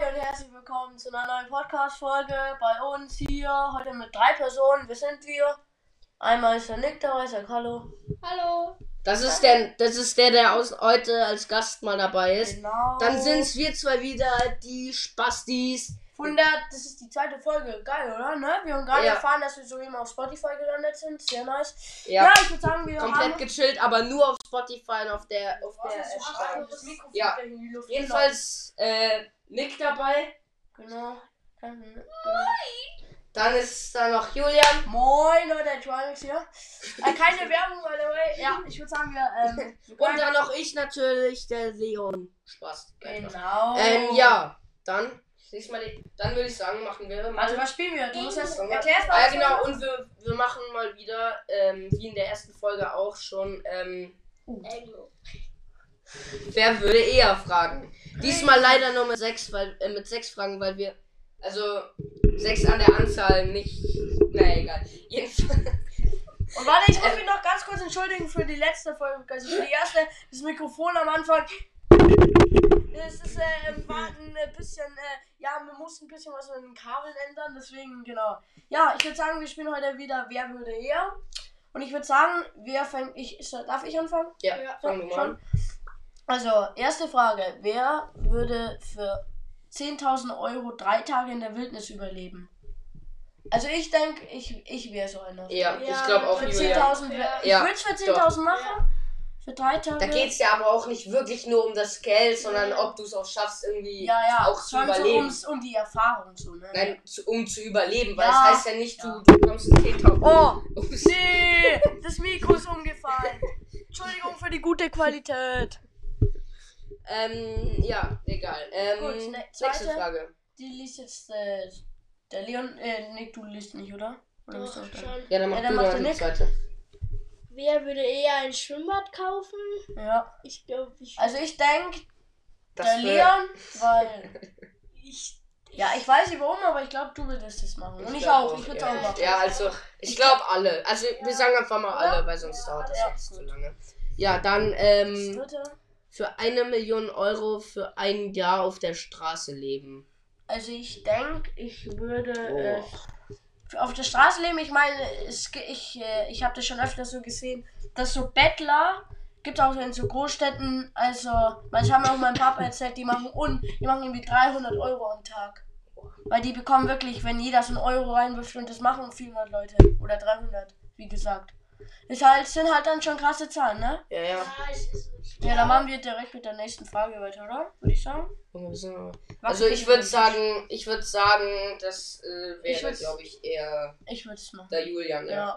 Leute, herzlich willkommen zu einer neuen Podcast-Folge bei uns hier. Heute mit drei Personen. Wer sind wir? Einmal ist der Nick dabei, sagt Hallo. Hallo. Das ist der, das ist der, der aus, heute als Gast mal dabei ist. Genau. Dann sind's wir zwei wieder, die Spastis. 100, das ist die zweite Folge. Geil, oder? Ne? Wir haben gerade Ja. erfahren, dass wir soeben auf Spotify gelandet sind. Sehr nice. Ja, Ja. ich würde sagen, wir Komplett haben... Oh, gechillt, aber nur auf Spotify und auf der, auf der Was ist das? App. Ach, das Mikrofon Ja. fliegt in die Luft. Jedenfalls äh, Nick dabei. Genau. Genau. Dann ist da noch Julian. Moin, Leute, Trimax hier. Äh, keine Werbung, by the way. Ja, ich würde sagen, wir... Ähm, wir Und dann noch ich natürlich, der Leon. Spaß. Genau. Ähm, ja, dann. ich lese Mal die, dann würde ich sagen, machen wir mal. Also was spielen wir? Du musst jetzt Fangen wir- Mhm. erklär's mal. Ah, ja, genau. Und wir, wir machen mal wieder, ähm, wie in der ersten Folge auch schon, ähm, Oh. Wer würde eher fragen? Diesmal leider nur mit sechs, weil, äh, mit sechs Fragen, weil wir. Also sechs an der Anzahl nicht. Na egal. Jedenfalls. Und warte, ich muss mich noch ganz kurz entschuldigen für die letzte Folge, also für die erste, das Mikrofon am Anfang. Es ist äh, war ein äh, bisschen, äh, ja, wir mussten ein bisschen was mit den Kabeln ändern, deswegen, genau. Ja, ich würde sagen, wir spielen heute wieder Wer würde eher? Und ich würde sagen, wer fängt, ich, ist- darf ich anfangen? Ja, Ja, fangen wir mal an. Also, erste Frage, wer würde für 10.000 Euro drei Tage in der Wildnis überleben? Also ich denke, ich, ich wäre so einer. Ja, Ja, ich glaube auch Für Julian. 10.000 Ja. wär- Ich Ja, würde es für 10.000 machen. Für drei Tage. Da geht's ja aber auch nicht wirklich nur um das Geld, sondern ob du es auch schaffst, irgendwie ja, ja. auch zu schon so überleben. ums, um die Erfahrung so, ne? Nein, zu, um zu überleben, weil Ja. es heißt ja nicht, du, du bekommst 10.000 Oh, Ups. nee, das Mikro ist umgefallen. Entschuldigung für die gute Qualität. Ähm, ja, egal. Ähm, Gut, ne- nächste zweite. Frage. Die liest jetzt äh, der Leon, äh, Nick, du liest nicht, oder? Oder bist du auch dran? Ja, dann Ja, mach dann du mach mal du die Nick. zweite. Wer würde eher ein Schwimmbad kaufen? Ja. Ich glaube, ich, Also ich denke, Das der wär- Leon, weil. ich. Ja, ich weiß nicht warum, aber ich glaube, du würdest es machen. Und ich, glaub auch, ich würde es ja. auch machen. Ja, also, ich glaube alle. Also, wir sagen einfach mal Oder? alle, weil sonst dauert das ja. jetzt zu lange. Ja, dann Das ähm, dritte. für eine Million Euro für ein Jahr auf der Straße leben. Also ich denke, ich würde äh, Oh. auf der Straße leben. Ich meine, es, ge- ich, äh, ich habe das schon öfter so gesehen, dass so Bettler gibt auch in so Großstädten. Also, das haben mir auch mein Papa erzählt, die machen un, die machen irgendwie 300 Euro am Tag. Weil die bekommen wirklich, wenn jeder so einen Euro reinwirft und das machen 400 Leute oder 300, wie gesagt. Ist halt, sind halt dann schon krasse Zahlen, ne? Ja, Ja, ja. ich ist Ja, dann machen wir direkt mit der nächsten Frage weiter, oder? Würde ich sagen. Junge, wir sind aber- Was Also, ich würde sagen, ich würde sagen, das äh, Ich wäre, würd's- glaube ich, eher Ich würde es machen. der Julian. Ja. Ja. Ja.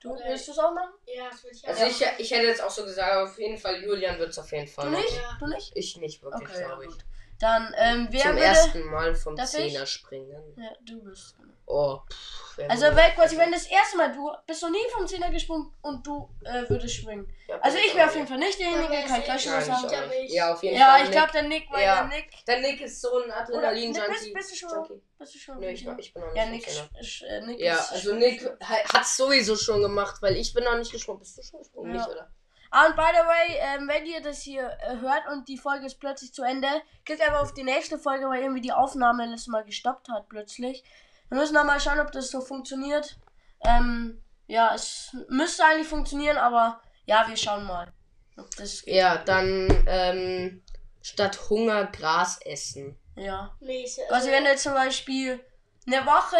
Du oder- willst du es auch machen? Ja, das würde ich auch. Also, ich, ich hätte jetzt auch so gesagt, aber auf jeden Fall, Julian wird es auf jeden Fall. Du nicht? machen. Ja. Du nicht? Ich nicht wirklich, Okay, ja, glaube ich. gut. Dann, ähm, wer Zum würde. ersten Mal vom Darf ich? Zehner springen. Ja, du bist. Oh, pff, wer Also, würde- wenn, quasi, wenn das erste Mal, du bist noch nie vom Zehner gesprungen und du äh, würdest springen. Ja, Also, ich wäre auf jeden Fall nicht Dann derjenige, wär's kann ich gleich schon mal Nein, ich sagen. glaub auch nicht. nicht. Ja, auf jeden Fall. Ja, ich Nick. glaube, der Nick, weil Ja. der Nick. Der Nick ist so ein Oder- Adrenalin-Junkie. Nick, bist- bist du schon- Junkie. Bist du schon? Nö, ich, bin- ich bin noch nicht ja, so Nick, einer. sch- äh, Nick Ja, ist- also Nick hat sowieso schon gemacht, weil ich bin noch nicht gesprungen. Bist du schon gesprungen? Ja. Nicht, oder? Ah, und by the way, ähm, wenn ihr das hier äh, hört und die Folge ist plötzlich zu Ende, klickt einfach auf die nächste Folge, weil irgendwie die Aufnahme letztes Mal gestoppt hat plötzlich. Wir müssen noch mal schauen, ob das so funktioniert. Ähm, ja, es müsste eigentlich funktionieren, aber ja, wir schauen mal, ob das geht. Ja, dann ähm, statt Hunger Gras essen. Ja. Nee, ich, Also wenn du jetzt zum Beispiel eine Woche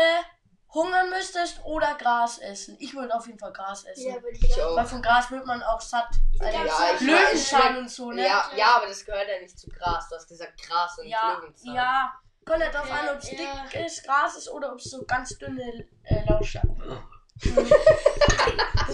hungern müsstest oder Gras essen. Ich würde auf jeden Fall Gras essen. Ja, würde ich, Ich auch. auch. Weil von Gras wird man auch satt. Also, Ja, ich Löwenzahn und so, ne? Ja, ja, aber das gehört ja nicht zu Gras. Du hast gesagt Gras und Ja, Löwenzahn. ja. Kommt ja drauf an, ob es Ja. dickes Gras ist oder ob es so ganz dünne äh, Lauscher. das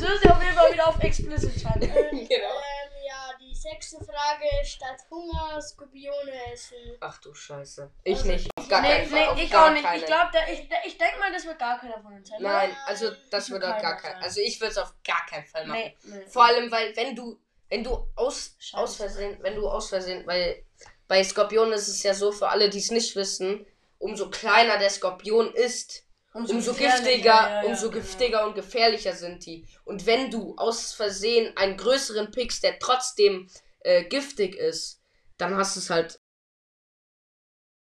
müsst ihr auf jeden Fall wieder auf explicit schreiben. Ähm, Genau. ähm, ja, die sechste Frage: Statt Hunger Skorpione essen. Ach du Scheiße. Ich nicht. Auf gar Nee, keinen Fall. nee, Auf Also, ich gar auch nicht. keinen. Ich glaube, da, ich, da, ich denke mal, das wird gar keiner von uns sein. oder? Nein, also das Ich würde will auf gar keinen keinen. sein. Also ich würde es auf gar keinen Fall machen. Nee, nee. Vor allem, weil wenn du, wenn du aus, Scheiße. aus Versehen, wenn du aus Versehen, weil bei Skorpionen ist es ja so, für alle, die es nicht wissen, umso kleiner der Skorpion ist, umso gefährlicher, giftiger, ja, ja, umso genau. giftiger und gefährlicher sind die. Und wenn du aus Versehen einen größeren pickst, der trotzdem äh, giftig ist, dann hast du es halt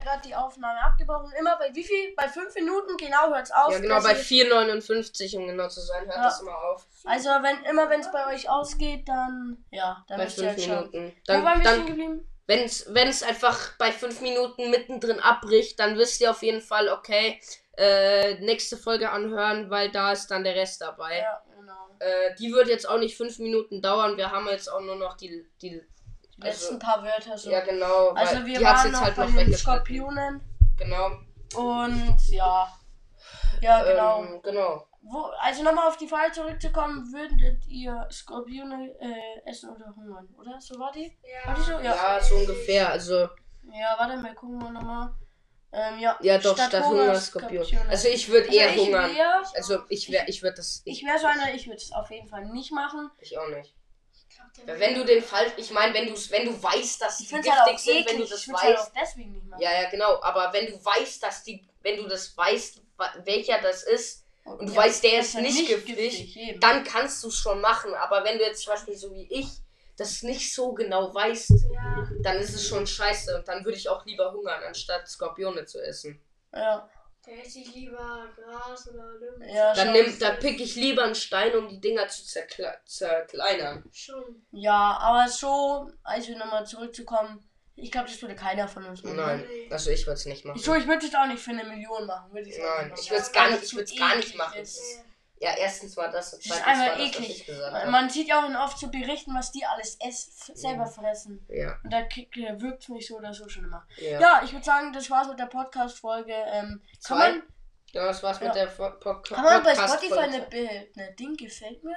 gerade die Aufnahme abgebrochen. Immer bei wie viel? Bei fünf Minuten genau hört's auf. Ja, genau, bei deswegen- 4,59, um genau zu sein, hört Ja. das immer auf. Also wenn immer wenn es bei euch ausgeht, dann ja, dann Bei wisst ihr 5 halt schon. Minuten. Wo waren Dann, wir stehen dann geblieben? wenn es einfach bei 5 Minuten mittendrin abbricht, dann wisst ihr auf jeden Fall, okay, äh, nächste Folge anhören, weil da ist dann der Rest dabei. Ja, genau. Äh, die wird jetzt auch nicht 5 Minuten dauern. Wir haben jetzt auch nur noch die. die Die Also- letzten paar Wörter so. ja, genau. Weil also wir die hat's waren jetzt noch halt bei noch den weggeschnitten. Skorpionen Genau. und ja. Ja, genau. Ähm, genau. Wo, also nochmal auf die Frage zurückzukommen, würdet ihr Skorpione äh, essen oder hungern, oder? So war die? War die so? Ja. Ja, so ungefähr. Also, Ja, warte mal, gucken wir nochmal. Ähm, ja. ja, doch, statt, Hunger, Skorpion. Also, ich würde Also eher ich hungern. Wär, also, ich wäre, ich würde das. ich wäre so einer, ich würde es auf jeden Fall nicht machen. Ich auch nicht. Kommt der Wenn du den falsch. Ich meine, wenn du wenn du weißt, dass die Ich finde giftig es halt auch sind, eklig. wenn du ich das würde halt auch weißt. deswegen nicht machen. Ja, ja, genau. Aber wenn du weißt, dass die. Wenn du das weißt, wa- welcher das ist, und du weißt, der ist halt nicht giftig, eben. dann kannst du es schon machen. Aber wenn du jetzt zum Beispiel so wie ich das nicht so genau weißt, Ja, dann ist es schon scheiße. Und dann würde ich auch lieber hungern, anstatt Skorpione zu essen. ja. der esse ich lieber Gras oder Olympisch. Ja, Dann, Schon nimm, dann pick ich lieber einen Stein, um die Dinger zu zerkle zerkleinern. Schon. ja, aber so, also nochmal zurückzukommen, ich glaube, das würde keiner von uns machen. Nein, also ich würde es nicht machen. So, Oh ich würde es auch nicht für eine Million machen, würde ich sagen. Nein, ich würd- würde es gar nicht, ich Zu würd's gar nicht eklig machen. ist. Ja, erstens mal das und Das ist zweitens mal einfach das, was eklig. ich gesagt Man- habe. Man sieht ja auch in oft zu Berichten, was die alles ess, f- selber fressen. Ja, Und da wirkt es mich so oder so schon immer. ja. Ja, ich würde sagen, das war's mit der Podcast-Folge. Ähm, kann, Zwei? man, Ja, das war's mit Ja. der Fo- Podca- kann man bei Podcast-Folge. Spotify eine, Be- eine Ding gefällt mir?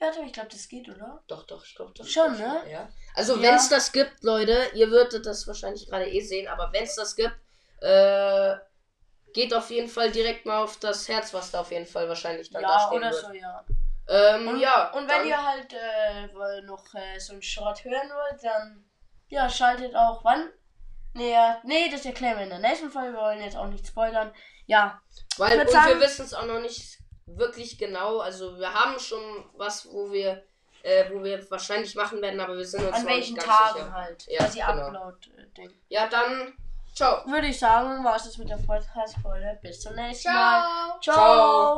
Warte, ich glaube, das geht, oder? Doch, doch, ich glaube doch. Schon, doch, ne? Ja. Also Ja. wenn es das gibt, Leute, ihr würdet das wahrscheinlich gerade eh sehen, aber wenn es das gibt, äh, geht auf jeden Fall direkt mal auf das Herz, was da auf jeden Fall wahrscheinlich dann da Ja, stehen oder wird. so, ja. Ähm, Und, ja. und dann- wenn ihr halt äh, wohl noch äh, so einen Schrott hören wollt, dann ja, schaltet auch wann? Nee, ja, nee, das erklären wir in der nächsten Folge. Wir wollen jetzt auch nicht spoilern. Ja, Weil, würd und sagen- wir wissen es auch noch nicht wirklich genau. Also wir haben schon was, wo wir, äh, wo wir wahrscheinlich machen werden, aber wir sind uns an noch welchen nicht ganz Tagen sicher. halt, Ja, dass ihr äh, genau. Upload-Ding. Ja, dann ciao. Würde ich sagen, war es das mit der Podcast-Folge. Bis zum nächsten Mal. Ciao. Ciao. Ciao.